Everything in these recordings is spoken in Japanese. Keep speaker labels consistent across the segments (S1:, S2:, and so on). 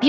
S1: 美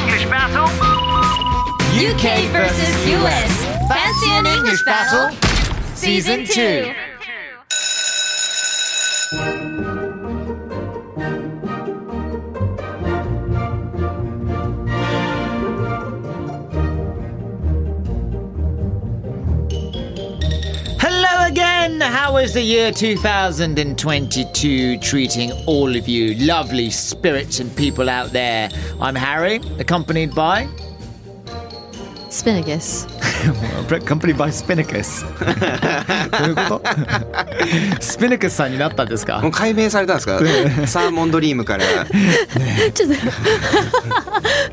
S2: English battle.
S3: UK versus US. Fancy an English battle? Season 2. Hello again! How is the year 2022 treating all of you lovely spirits and people out there? I'm Harry, accompanied by.
S4: Spinagus.
S3: accompanied by Spinnacus. どういうこと Spinnacus さんになったんですか
S5: もう解明されたんですかサーモンドリームから
S4: ちょっと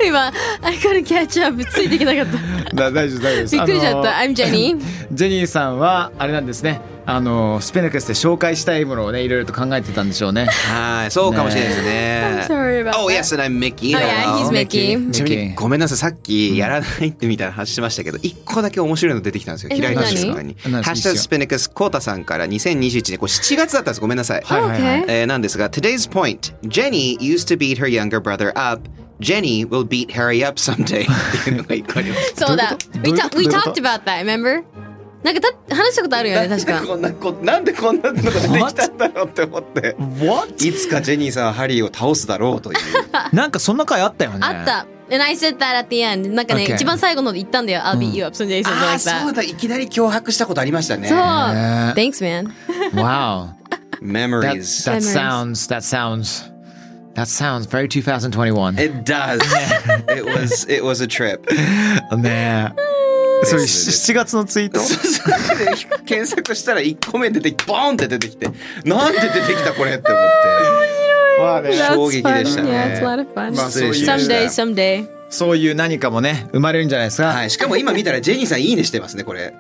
S4: 今、I couldn't catch up ついていけな かった。
S3: だ大丈夫大丈夫です
S4: びっくりしちゃった。
S3: あの
S4: I'm Jenny.
S3: ジェニーさんはあれなんですねあのスペネクスで紹介したいものをねいろいろと考えてたんでしょうね
S5: はいそうかもしれないです
S4: I'm
S5: ね
S4: sorry about
S5: Oh
S4: that.
S5: yes and I'm Mickey
S4: Oh, yeah,
S5: あ
S4: he's
S5: の
S4: Mickey.
S5: ちなみに
S3: Mickey
S5: ごめんなさいさっきやらないってみたいな話しま したけど一個だけ面白いの出てきたんですよ
S4: え
S5: 開いた
S3: 何
S5: 瞬間に「
S3: 何
S5: ハッシュタグスペネクスコータさんから2021年これ7月だったんですごめんなさい、
S3: はいはいはい
S4: Okay.
S5: えーなんですが Today's point Jenny used to beat her younger brother up Jenny will beat Harry up someday っていうのが一個ありました
S4: そうだ。
S3: ど
S4: We,
S3: ういう
S4: ta-
S3: こと
S4: we
S3: どういうこと
S4: talked about that, remember? なんかた話したことあるよ ね、確か。
S5: こんなこなんでこんなのが出てきたんだろうって思って。
S3: What?
S5: いつかジェニーさんはハリーを倒すだろうという。
S3: なんかそんな回あったよね
S4: あった。And I said that at the end. なんかね、
S3: Okay.
S4: 一番最後ので言ったんだよ。I'll beat you up someday, something
S5: ああ
S4: like
S5: そう
S4: that.
S5: だいきなり脅迫したことありましたね。
S4: そう。
S3: ね
S4: Thanks, man.
S3: Wow that,
S5: Memories.
S3: that
S4: Memories.
S3: sounds that sounds that sounds very 2021
S5: It does. it was it was a trip.
S3: ねえそれ7月のツイート
S5: 検索したら1個目出てボーンって出てきてなんで出てきたこれって思っ
S3: まあね
S4: That's
S5: 衝撃でした
S4: fun.
S5: ね
S4: Yeah, it's a lot of fun.
S3: まあそういう
S4: Someday, someday.
S3: そういう何かもね生まれるんじゃないですか
S5: て。はいしかも今見たらジェニーさんいいねしてますねこれ。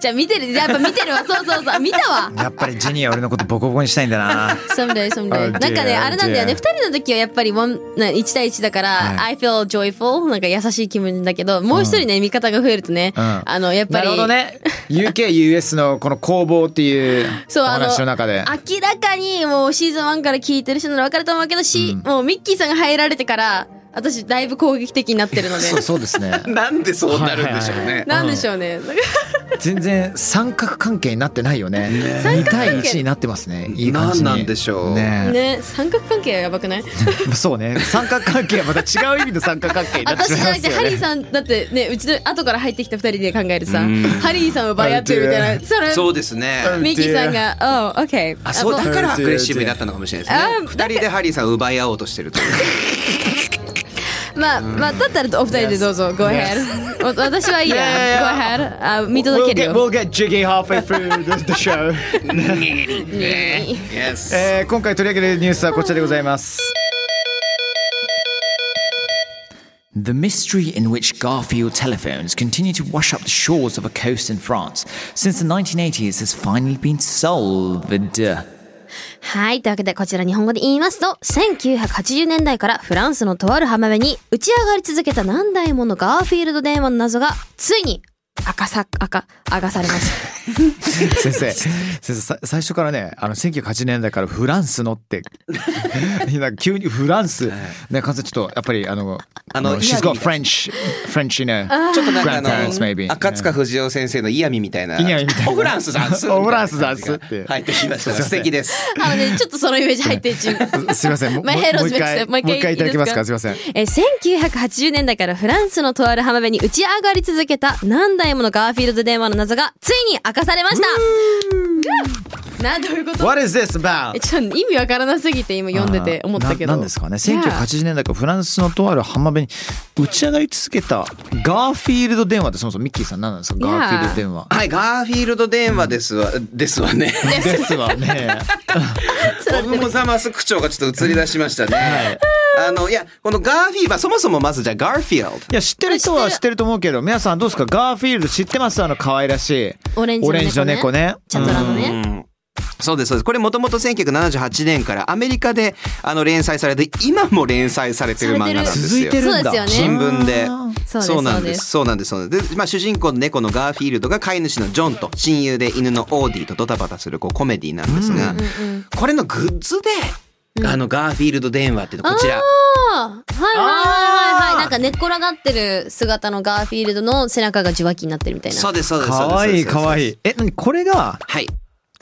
S4: じゃあ見てる。やっぱ見てるわ。そうそうそう。見たわ。
S3: やっぱりジェニーは俺のことボコボコにしたいんだな
S4: someday someday
S3: あ
S4: なんか
S3: じ
S4: ね
S3: ゃあ
S4: あれなんだよね
S3: じゃあ
S4: 2人の時はやっぱりワンな1対1だから、
S3: は
S4: I feel joyful なんか優しい気分だけどもう一人ね、味方が増えるとね、
S3: うん
S4: あのやっぱ
S3: な
S4: り
S3: るほどね UKUS のこの攻防っていうお
S4: そうあの
S3: 話の中で
S4: 明らかにもうシーズン1から聞いてる人なら分かると思うけど、しもうミッキーさんが入られてから私だいぶ攻撃的になってるので
S3: そうそうですね
S5: なんでそうなるんでしょう
S3: はいはい
S5: ね。
S4: なんでしょうね、なんか
S3: 全然三角関係になってないよね2対1になってますねいい感じに
S5: なんなんでしょう
S3: ね
S4: ね三角関係はやばくない
S3: そうね三角関係はまた違う意味の三角関係になってしま
S4: 私じ
S3: い
S4: ゃ
S3: ま
S4: なく
S3: す
S4: て
S3: よ
S4: ハリー
S3: ね
S4: さんだってねうちの後から入ってきた2人で考えるさハリーさんを奪い合ってるみたいなそれ
S5: そうですね。
S4: ミッキーさんが「Oh, okay
S5: あそう
S4: あ
S5: だ
S4: もう
S5: からアグレッシブになったのかもしれないですね。
S4: あ
S5: 二人でハリーさんを奪い合おうとしてるという。
S4: まあ、まあ、だったらお二人でどうぞ、go ahead。わ 私はいいや、go ahead。あ、見届ける
S3: We'll get,
S4: よ。
S3: we'll get jiggy halfway through the, the show えー今回取り上げるニュースはこちらでございます。The mystery in which Garfield telephones continue to wash up the shores of a coast in France since the 1980s has finally been solved.
S4: はい。というわけで、こちら日本語で言いますと、1980年代からフランスのとある浜辺に打ち上がり続けた何台ものガーフィールド電話の謎が、ついに明かさ明か明かされまし
S3: 先生先生さ最初からねあの1980年代からフランスのって なんか急にフランスねかんさんちょっとやっぱりあの
S5: あの
S3: she's got
S5: 嫌味
S3: French French you know
S5: ちょっとなんかあ
S3: Grandparents, maybe.
S5: の赤塚不二夫先生の嫌味みたいな
S3: 嫌味みたいな
S5: オフランスダンス
S3: オフランスダンス
S5: みたいな感じが入ってきまし
S3: すいま
S5: た
S3: せん
S5: 素敵です
S4: たあのねちょっとそのイメージ入ってちゅ う
S3: すいま せんもう
S4: My head
S3: もう
S4: was
S3: 一
S4: mixed
S3: 回
S4: up
S3: もう一回いただけますかすいません
S4: えー1980年代からフランスのとある浜辺に打ち上がり続けた何台ものガーフィールド電話の謎がついに明かされましたぐっなどういうこと
S3: What is this about?
S4: えちょっと意味わからなすぎて今読んでて思ったけど
S3: ななんですかね1980年代からフランスのとある浜辺に打ち上がり続けたガーフィールド電話ってそもそもミッキーさん何なんですか
S4: Yeah
S3: ガーフィールド電話
S5: はいガーフィールド電話ですわ ですわね
S3: ですわね
S5: オブ・ザ・マス区長がちょっと映り出しましたね、あのいやこのガーフィーはそもそもまずじゃあガーフィールド
S3: いや知ってる人は知ってると思うけど皆さんどうですかガーフィールド知ってますあの可愛らしい
S4: オレンジの
S3: オ
S4: 猫ね
S3: レンジの猫ね
S4: チャトラのね
S5: うんそうですそうですこれもともと1978年からアメリカであの連載されて今も連載されてる漫画なんで
S3: うん
S5: すよ
S3: 続いてるんだ
S4: そうですよね
S5: 新聞で
S3: あー
S4: そうです
S5: そうなん
S4: そう
S5: で
S4: ですす
S5: そうなんですそうなんですで、まあ、主人公の猫のガーフィールドが飼い主のジョンと親友で犬のオーディとドタバタするこうコメディなんですが、これのグッズであのガーフィールド電話っていうのこちら、
S4: あーはいはいはいはいはいなんか寝っ転がってる姿のガーフィールドの背中が受話器になってるみたいな
S5: そうですそうですそうです
S3: 可愛
S5: そう
S3: い
S5: ですそうです
S3: 可愛いえ何これが
S5: はい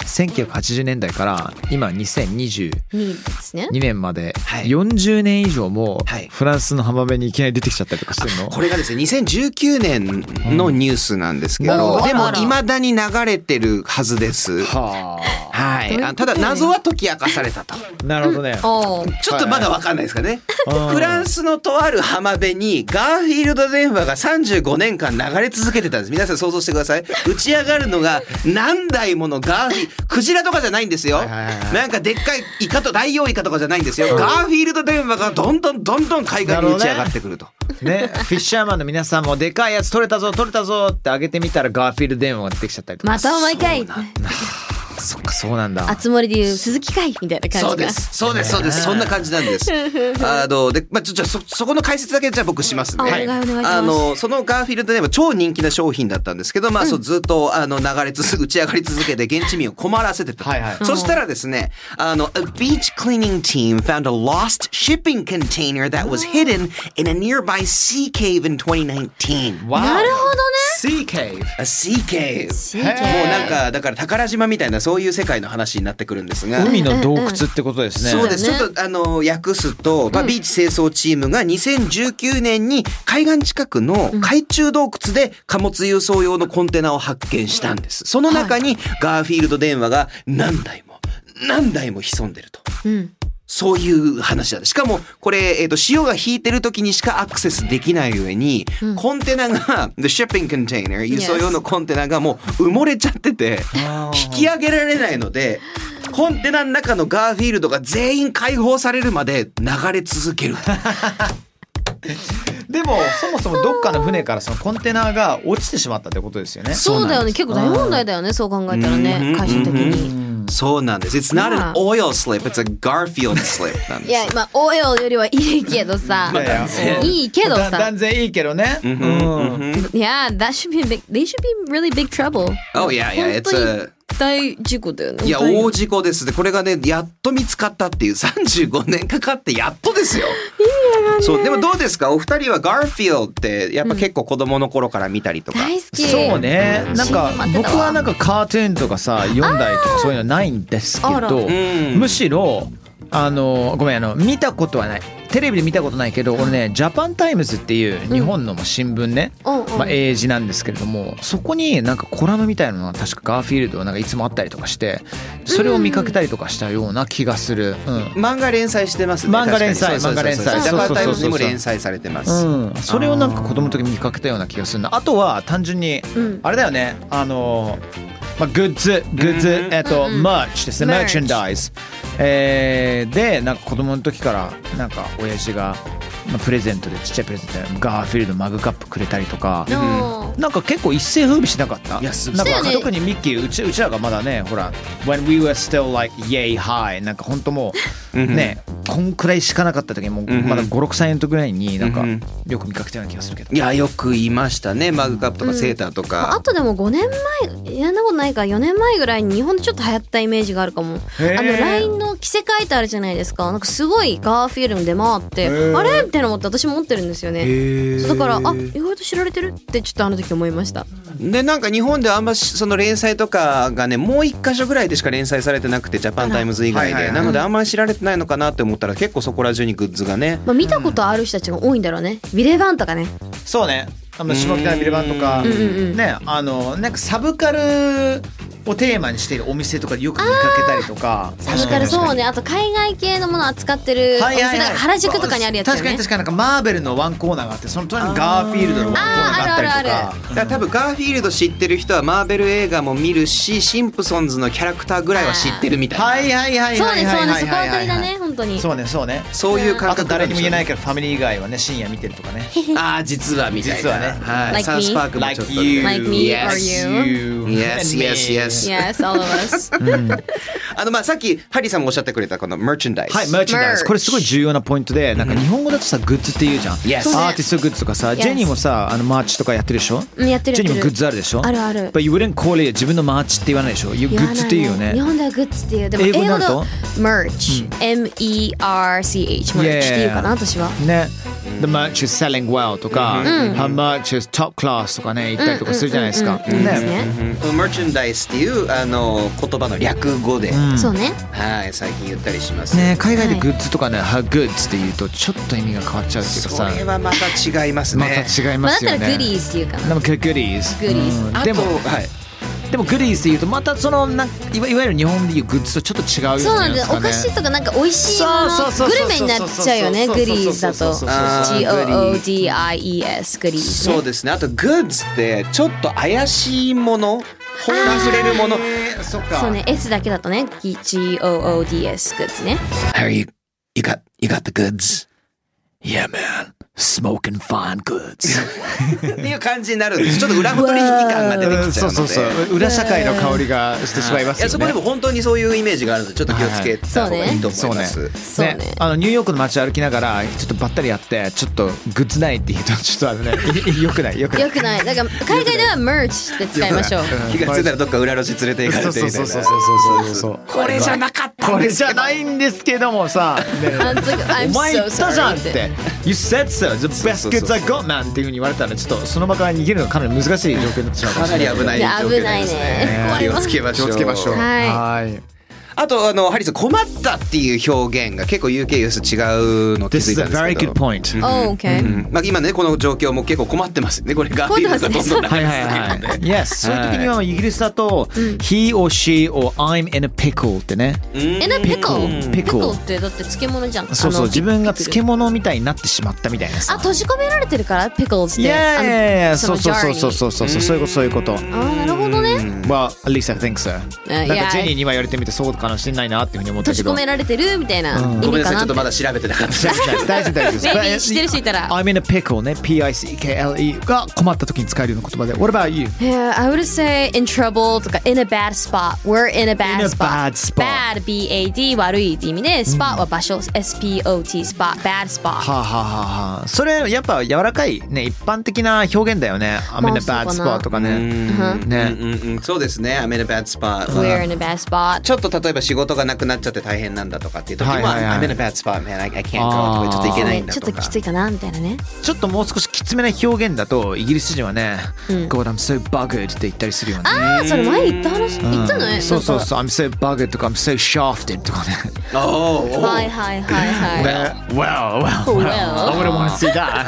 S3: 1980年代から今2022
S4: にですね
S3: 年まで
S5: はい
S3: 40年以上も
S5: はい
S3: フランスの浜辺にいきなり出てきちゃったりとかしてるの
S5: これがですね2019年のニュースなんですけど、
S3: うん
S5: で
S4: あ
S5: も
S4: ら
S5: いまだに流れてるはずです。
S3: は
S5: はい、あただ謎は解き明かされたと
S3: あなるほどね
S4: おー
S5: ちょっとまだわかんないですかね、
S3: うん
S5: フランスのとある浜辺にガーフィールド電話が35年間流れ続けてたんです皆さん想像してください打ち上がるのが何台ものガーフィークジラとかじゃないんですよ
S3: いはいはいはい
S5: なんかでっかいイカとダイオウイカとかじゃないんですよガーフィールド電話がどんどんどんどん海岸に打ち上がってくると
S3: ね、フィッシャーマンの皆さんもでかいやつ取れたぞ取れたぞってあげてみたらガーフィールド電話が出てきちゃったりとか、
S4: またお前かい
S3: そっかそうなんだ
S4: 熱森でいう鈴木かいみたいな感じが
S5: そうですそうですそうですそんな感じなん ですあのでまあちょちょそそこの解説だけじゃあ僕しますね
S4: あお願いお願いします
S5: あのそのガーフィールドでも超人気な商品だったんですけどまあそうずっとあの流れ続け打ち上がり続けて現地民を困らせてた
S3: はいはい
S5: そしたらですねあの A beach cleaning team found a lost shipping container that was hidden in a nearby sea cave in 2019
S3: なるほ
S4: どね
S3: Sea Cave
S5: A sea cave
S4: す
S5: もうなんかだから宝島みたいなそういう世界の話になってくるんですが
S3: 海の洞窟ってことですね、
S5: そうです。ちょっとあの訳すと、まあ、ビーチ清掃チームが2019年に海岸近くの海中洞窟で貨物輸送用のコンテナを発見したんです。その中にガーフィールド電話が何台も何台も潜んでると。そういう話なんです。しかも、これ、えっ、と、潮が引いてる時にしかアクセスできない上に、コンテナが、the shipping container、輸送用のコンテナがもう埋もれちゃってて、引き上げられないので、コンテナの中のガーフィールドが全員解放されるまで流れ続ける。
S3: でもそもそもどっかの船からそのコンテナが落ちてしまったってことですよね
S4: そうだよね結構大問題だよねそう考えたらね
S5: うん
S4: 会社的に
S5: そうなんです。It's not
S4: ま
S5: an
S4: あ
S5: oil slip, it's a Garfield slip なんです。
S4: いやまあオイルよりはいいけどさ
S3: いやいや
S4: いいけど
S3: だ
S4: さ
S3: 断然いいけどねうん、
S4: Yeah that should be a big they should be really big trouble
S5: Oh, yeah, yeah,
S4: 本当
S5: it's
S4: に
S5: a...
S4: 大事故だよね
S5: いや、
S4: 本当に
S5: 大事故です。で、これがね、やっと見つかったっていう、35年かかってやっとですよ。そう、でもどうですかお二人はガーフィールドって、やっぱ結構子供の頃から見たりとか。
S4: 大好き
S3: そうねなんか
S4: 死んで待ってたわ
S3: 僕はなんかカートゥーンとかさ読んだりとかそういうのないんですけ
S4: あら
S3: ど
S5: うん
S3: むしろあのごめんあの見たことはないテレビで見たことないけど俺ね「ジャパンタイムズ」っていう日本のもう新聞ね、
S4: うんうん
S3: まあ、英字なんですけれどもそこになんかコラムみたいなのが確かガーフィールドはなんかいつもあったりとかしてそれを見かけたりとかしたような気がする。うん
S5: 漫画連載してますね。
S3: 漫画連載
S5: 確かにそうそうそうそう
S3: 漫画連載
S5: ジャパンタイムズに
S3: そ
S5: も
S3: うそうそうそう
S5: 連載されてます。
S3: うん、それをなんか子供の時見かけたような気がするなあとは単純に
S4: うん
S3: あれだよねあの、まあ、グッズグッズ、
S5: うん
S3: えっと、
S4: うんうん
S3: マーチですねマ
S4: merch
S3: ーチェンダイズ、えーでなんか子供の時からなんか親父がまあ、プレゼントでちっちゃいプレゼントでガーフィールドマグカップくれたりとか、
S4: の
S3: なんか結構一世風靡しなかった
S5: いやす
S3: なん
S4: した
S3: か
S4: よね
S3: 特にミッキーうちうちらがまだねほら「When we were still like yay high」なんかほんともう
S5: うんうん
S3: ねこんくらいしかなかった時にもう
S5: うんうん
S3: まだ56歳の時ぐらいになんか
S5: うんうん
S3: よく見かけたような気がするけど
S5: いやよく言いましたねマグカップとかセーターと
S4: ああ
S5: か、
S4: とでも5年前いやんなことないから4年前ぐらいに日本でちょっと流行ったイメージがあるかもあ
S3: へー
S4: の LINE の着せ替えってあるじゃないですかなんかすごいガーフィールド出回ってあれみたいな思って私持ってるんですよねそうだからあ意外と知られてるってちょっとあの時思いました
S5: でなんか日本ではあんましその連載とかがねもう一箇所ぐらいでしか連載されてなくてジャパンタイムズ以外で、
S3: はいはいはい
S5: なのであんまり知られてないのかなって思ったら結構そこら中にグッズがね
S4: まあ見たことある人たちが多いんだろうねビレバンとかね
S3: そうねあの下北のビルバンとか
S4: うんうんうん
S3: ねあのなんかサブカルをテーマにしているお店とかでよく見かけたりとか
S4: サブカルそうねあと海外系のもの扱ってるお
S3: はい
S4: 店
S3: はい
S4: だ
S3: はい
S4: 原宿とかにあるやつよ
S3: 確かに
S4: ね
S3: 確かになんかマーベルのワンコーナーがあってその隣にガーフィールドのワンコーナーがあったりとか
S4: あーあるある
S5: だ
S4: あ
S5: から多分ガーフィールド知ってる人はマーベル映画も見るしシンプソンズのキャラクターぐらいは知ってるみたいな、
S3: はいはいはい
S4: そう
S3: はい
S4: ね
S3: は
S4: そ
S3: いう
S4: ね
S3: はい
S4: そこ
S3: はい
S4: は
S3: は
S4: 当たり
S3: い
S4: だね本当に
S3: そうねそうね
S5: そういう感
S3: あ
S5: 覚
S3: と誰にも言えないいけどファミリー以外はね深夜見てるとかね
S5: ああ実はみたいな
S3: 実はね
S5: はい
S4: Like
S5: サウスパークもちょ
S3: Like
S5: っと
S3: you
S4: Like me or
S3: you
S5: Yes,
S3: and me
S5: yes, yes.
S4: Yes all of us
S5: あのまあさっきハリーさんもおっしゃってくれたこのマーチャンダイズ
S3: はい、マーチャンダイズ。これすごい重要なポイントで、なんか日本語だとさ、グッズって言うじゃん。
S5: Yes そうね
S3: アーティストグッズとかさ、
S4: Yes
S3: ジェニーもさ、あのマーチとかやってるでしょ
S4: うんやってる
S3: ジェニーも
S4: やっ
S3: グ
S4: てる
S3: ッズあるでしょ
S4: あるある
S3: But you wouldn't call it 自分のマーチって言わないでしょ You- グ
S4: 言わな
S3: ッズって言うよ
S4: 日
S3: ね。
S4: 本ではグッズっていうでも
S3: 英
S4: 英
S3: 語にな
S4: 語
S3: る
S4: だ
S3: と
S4: と merch、merch っていうかな私は
S3: Yeah. ね。The merch is selling well とか、Her merch is top class とかね、言ったりとかするじゃないですか。
S4: うんうんうんうんです
S3: ね。
S4: ね、
S5: うんこのマーチャンダイズっていうあの言葉の略語で、
S4: そうね
S5: はい最近言ったりします
S3: ね海外でグッズとかね、Her goods って言うと、ちょっと意味が変わっちゃうっていうか
S5: そ
S3: さ、
S5: れはまた違います
S3: また
S5: ね、
S3: 違い
S4: ま
S3: ま
S4: あだっ
S3: すよ
S4: た
S3: ね。
S4: らグリーズっていうかな
S3: でも、グリーズ。
S4: グリーズ
S3: うん
S5: あと
S3: でも、
S5: はい
S3: でもグリーズで言うとまたそのなんいわいわゆる日本でいうグッズとちょっと違う
S4: そう
S3: よ
S4: なん
S3: ね
S4: でお菓子とかなんか美味しいも
S3: そうそうそうそう
S4: のグルメになっちゃうよね
S3: そう
S4: グ
S3: そうそうそう
S4: リーズだと
S3: そうそうそうそう
S5: あー
S4: GOODIES グリーズ
S5: そう
S4: ね
S5: ですねあとグッズってちょっと怪しいもの本が触れるもの
S3: えーそっか
S4: そうね S だけだとね GOODS グッズね
S5: Harry you, you got you got the goods
S3: Yeah man smoking fine goods
S5: っていう感じになるんですちょっと裏太り感が出てきちゃ
S3: そううそ
S5: の
S3: うそう
S5: で
S3: 裏社会の香りがしてしまいます
S5: いやそ
S3: よ
S5: こでも
S3: ね
S5: 本当にそういうイメージがあるのでちょっと気をつけた方がいいと思います、
S4: そうね
S3: ね、あのニューヨークの街歩きながらちょっとばったりやってちょっとグッズないって言うとちょっとあのねよくないよくない
S4: よくないだから海外では merch って使いましょう
S5: 気がついたらどっか裏路地連れて行か
S3: そ
S5: れ
S3: う
S5: て
S3: そう
S5: みた
S3: そ
S5: いうな
S3: そうそうそうそう
S5: これじゃなかった
S3: これじゃないんですけどもさ、ね
S4: あの次 I'm
S3: お前言
S4: so
S3: ったじゃん
S4: sorry
S3: っ
S4: ってて。
S3: You said so. The best
S5: そうそう
S3: goods
S5: そう
S3: I got man っていうふうに言われたら、ちょっとその場から逃げるのがかなり難しい状況になってしまうか
S5: か
S3: もし
S5: な
S3: れ
S5: り
S3: ない。
S5: 危ない状況になります
S4: いや危ない
S5: 気
S4: ね
S5: をつけましょう
S4: はい
S3: はい。
S5: あとあのハリーさん困ったっていう表現が結構 UK ユース違うの気
S3: This
S5: づい
S3: is
S5: た
S3: a
S5: んです
S3: very
S5: け
S3: good
S5: ど
S3: point.
S4: お OK
S5: うんまあ、今ねこの状況も結構困ってますねこれガーフィールドがどんどん流れ
S3: はいはいはい。Yes。そういう時にはイギリスだと、he or she or I'm in a pickle ってね。
S4: えなピコ
S3: ピコ
S4: ピコってだって漬物じゃん
S3: そうそう、
S4: あの
S3: 自分が
S4: ピクル
S3: 漬物みたいになってしまったみたいな
S4: あ
S3: さ。
S4: 閉じ込められてるからピコルって
S3: いやいやいや、そうそうそうそうそううそうそういうことそういうこと。
S4: あのジャーにあーなるほどね
S3: Well, at least I think so.
S4: や
S3: なんかジェニーには言われてみてそうかもしれないなっていうふうに思ったけ
S4: 閉じ
S3: ど
S4: 込。められてるみたいな意
S5: ごめん
S4: 味
S5: な
S4: か
S5: さいちょ
S4: な
S5: っ
S4: っ
S5: と
S4: て
S5: まだ調べてなかったです
S3: 大丈夫大丈夫です
S4: ベビーしてる人いたら
S3: I'm in a pickle ね P-I-C-K-L-E が困った時に使えるような言葉で What about you?
S4: Yeah, I would say in trouble とか in a bad spot. We're in a bad
S3: In a
S4: spot.
S3: bad spot.
S4: Bad, B-A-D 悪いって意味で spot は場所、S-P-O-T spot, bad spot.
S3: はあ、はあはあはあ、それやっぱ柔らかいね一般的な表現だよね I'm in a
S4: まあ
S3: bad
S4: そうかな
S3: spot とかね
S5: ね
S3: ね
S5: うんうんうんそうですね I'm in a bad spot
S4: We're in a bad spot.
S5: ちょっと例えば仕事がなくなっちゃって大変なんだとかっていう時も、
S3: はいはいはい
S5: I'm in a bad spot man I, I can't go
S3: あー
S5: とかちょっといけないんだ
S4: ちょ
S5: と
S4: っ
S5: か
S4: ときついかなみたいなね。
S3: ちょっともう少しきつめな表現だとイギリス人はね、God I'm so buggered って言ったりするよね
S4: ああ、それ前言った話、言ったのね。
S3: そうそう
S4: なんか
S3: そう I'm so buggered とか I'm so shafted とか ね
S5: おーおー
S4: はいはいは いはい。
S3: Well well well I wouldn't want to see that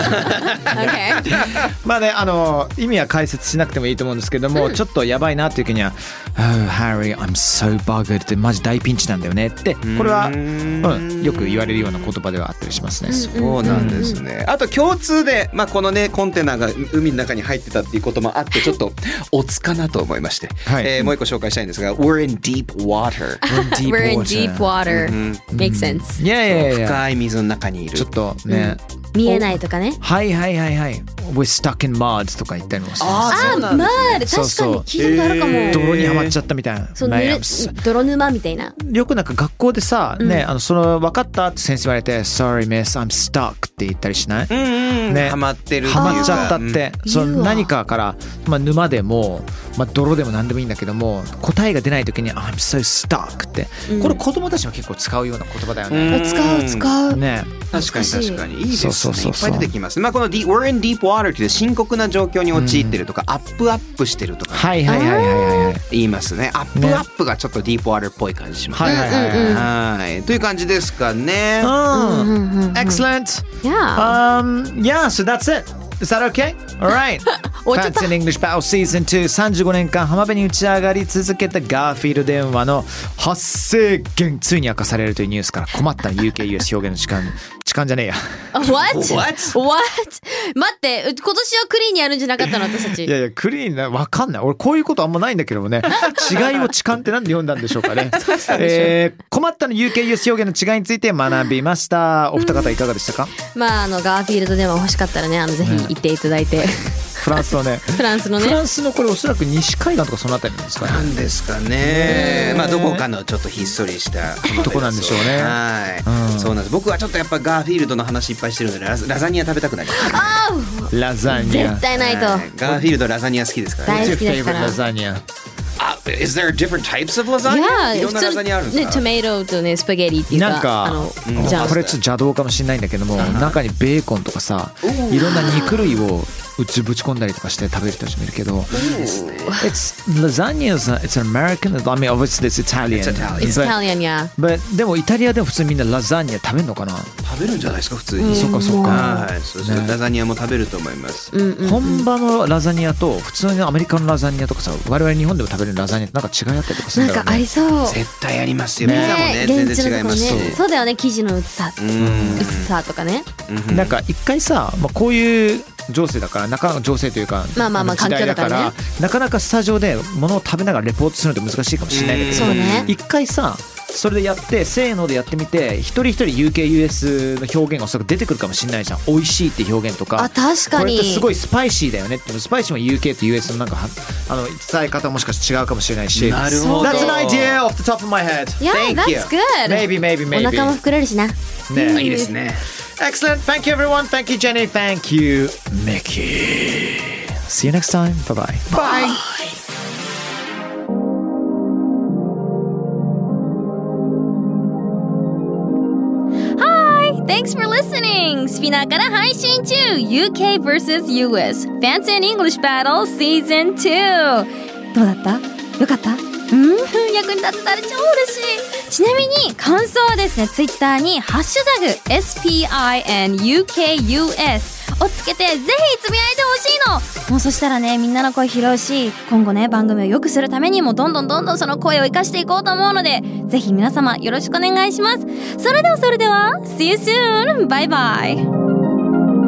S4: Okay.
S3: まあねあの意味は解説しなくてもいいと思うんですけども、ちょっとやばいなっていう時には「Oh Harry I'm so buggered」ってマジ大ピンチなんだよねってこれは、うん、よく言われるような言葉ではあったりしますね。
S5: そうなんですね。あと共通で、まあ、このねコンテナが海の中に入ってたっていうこともあってちょっとおつかなと思いまして、
S3: はい
S5: えーもう一個紹介したいんですが「We're in deep water」
S4: We're in deep water. Makes sense.
S3: いやいやいや
S5: 深い水の中にいる
S3: ちょっとね、
S4: 見えないとかね
S3: はいはいはいはい。We're stuck in mud とか言ったりもします。
S4: あーマール
S3: そう
S4: 確か
S3: そう
S4: に聞いたことあるかも、
S5: へー
S3: 泥にはまっちゃったみたいな。
S4: そうぬる
S3: Mayhaps
S4: 泥沼みたいな
S3: よくなんか学校でさ、ね、あのその分かったって先生言われて、Sorry miss, I'm stuck って言ったりしない。
S5: うんうん
S3: ね
S5: ハマってるっていう
S3: ハ
S5: か
S3: マっちゃったっ
S5: うん
S3: て、そ
S4: 言う
S3: の
S4: わ
S3: 何かから、まあ、沼でも、まあ、泥でも何でもいいんだけども答えが出ない時に「I'm so stuck」って、これ子供たちも結構使うような言葉だよね。
S5: うん
S4: 使う使う、
S3: ね
S5: 確かに確かにいいです
S3: そ
S5: ね
S3: うそうそうそ
S5: い
S3: う
S5: っぱい出てきますねまあこの deep- We're in deep water って深刻な状況に陥ってるとか、アップアップしてるとか
S3: はいはいはいはいはいはい。
S5: 言いますねアップアップがちょっとディープワールっぽい感じします
S3: はい
S5: ね
S3: はいはいはい。
S5: はいという感じですかね
S3: Excellent.
S4: Yeah.
S3: Um, yeah, so that's it. Is that okay? All right.
S4: Oh, it's
S3: Fancy in English Battle Season 2 35年間浜辺に打ち上がり続けたガーフィールド電話の発生源ついに明かされるというニュースから困った UKUS 表現の時間時間じゃねえや
S4: What?
S5: What?
S4: What? 待って、う今年はクリーンにやるんじゃなかったの私たち。
S3: いやいやクリーンなわかんない俺こういうことあんまないんだけどもね違いを痴漢ってなんで読んだんでしょうかね、えー、困ったの UKUS 表現の違いについて学びましたお二方いかがでしたか
S4: まあ、あの、ガーフィールドでも欲しかったらね、あの、ぜひ行っていただいて、
S3: フランスのね
S4: フランスの
S3: フ
S4: ね。
S3: ランスのこれおそらく西海岸とかそのあたりなんですかね
S5: なんですかねまあどこかのちょっとひっそりした
S3: とこなんでしょうね
S5: はい、そうなんです僕はちょっとやっぱガーフィールドの話いっぱいしてるのでラザラザニア食べたくなります
S3: ラザニア
S4: 絶対ないと。
S5: はいガーフィールドラザニア好きですからね
S4: 大好きですか
S3: What's your favorite
S4: ら。
S3: lasagna?
S5: あ Is there different types of lasagna? いろんなラザニアあるん
S4: ね、
S5: です
S4: ト
S5: か
S4: メイロとね、スパゲリっていうか、
S3: なんか
S4: あの
S5: うん、
S4: じゃあ
S3: こ、れちょっと邪道かもしれないんだけども中にベーコンとかさいろんな肉類をうちぶち込んだりとかして食べる人たちもいるけど It's lasagna is a- it's an American I mean obviously it's Italian
S5: It's Italian.
S4: It's
S3: But-
S4: Italian, yeah.
S3: but でもイタリアでも普通にみんなラザニア食べるのかな
S5: 食べるんじゃないですか普通に、
S3: そっかそっか
S5: はいそうそうラザニアも食べると思います、
S3: 本場のラザニアと普通のアメリカのラザニアとかさ我々日本でも食べるラザニアってなんか違いあったりとかする
S4: なん
S3: んだ
S4: か
S3: ろう
S4: あ
S3: ね
S4: りそう。
S5: 絶対ありますよ、ピザもね全
S4: 現地の
S5: 然違い
S4: とこ
S5: ますし、
S4: ね。そうだよね、生地の薄さ。
S5: うん
S4: 薄さとかね。
S3: なんか一回さ、まあ、こういう情勢だから中の情勢というか、
S4: まあまあまあ
S3: 時代だから
S4: 環境
S3: な
S4: だ
S3: かなかスタジオで物を食べながらレポートするのって難しいかもしれないんだけ
S4: そうね
S3: ど。一回さそれでやってせーのでやってみて一人一人 UKUS の表現がおそらく出てくるかもしれないじゃん美味しいって表現とか
S4: あ、確か
S3: これっ
S4: に。
S3: てすごいスパイシーだよねってスパイシーも UK と US のなんかはあの伝え方もしかして違うかもしれないし
S5: なるほど
S3: That's an idea off the top of my head
S4: Yeah,
S5: Thank you.
S4: that's good.
S3: Maybe maybe
S4: お
S3: maybe
S4: 腹も膨れるしな。
S3: ね
S5: いいですね
S3: Excellent. Thank you, everyone. Thank you, Jenny. Thank you, Mickey. See you next time. Bye bye. Bye.
S4: Hi! Thanks for listening! スピナーから配信中 !UK vs.US Fancy and English Battle Season 2! どうだったよかったうん役に立てたら超嬉しいちなみに感想はですね、Twitter にハッシュタグ SPINUKUS をつけてぜひつぶやいてほしいのもうそしたらね、みんなの声拾うし、今後ね、番組を良くするためにもどんどんどんどんその声を生かしていこうと思うので、ぜひ皆様よろしくお願いします。それではそれでは See you soon! バイバイ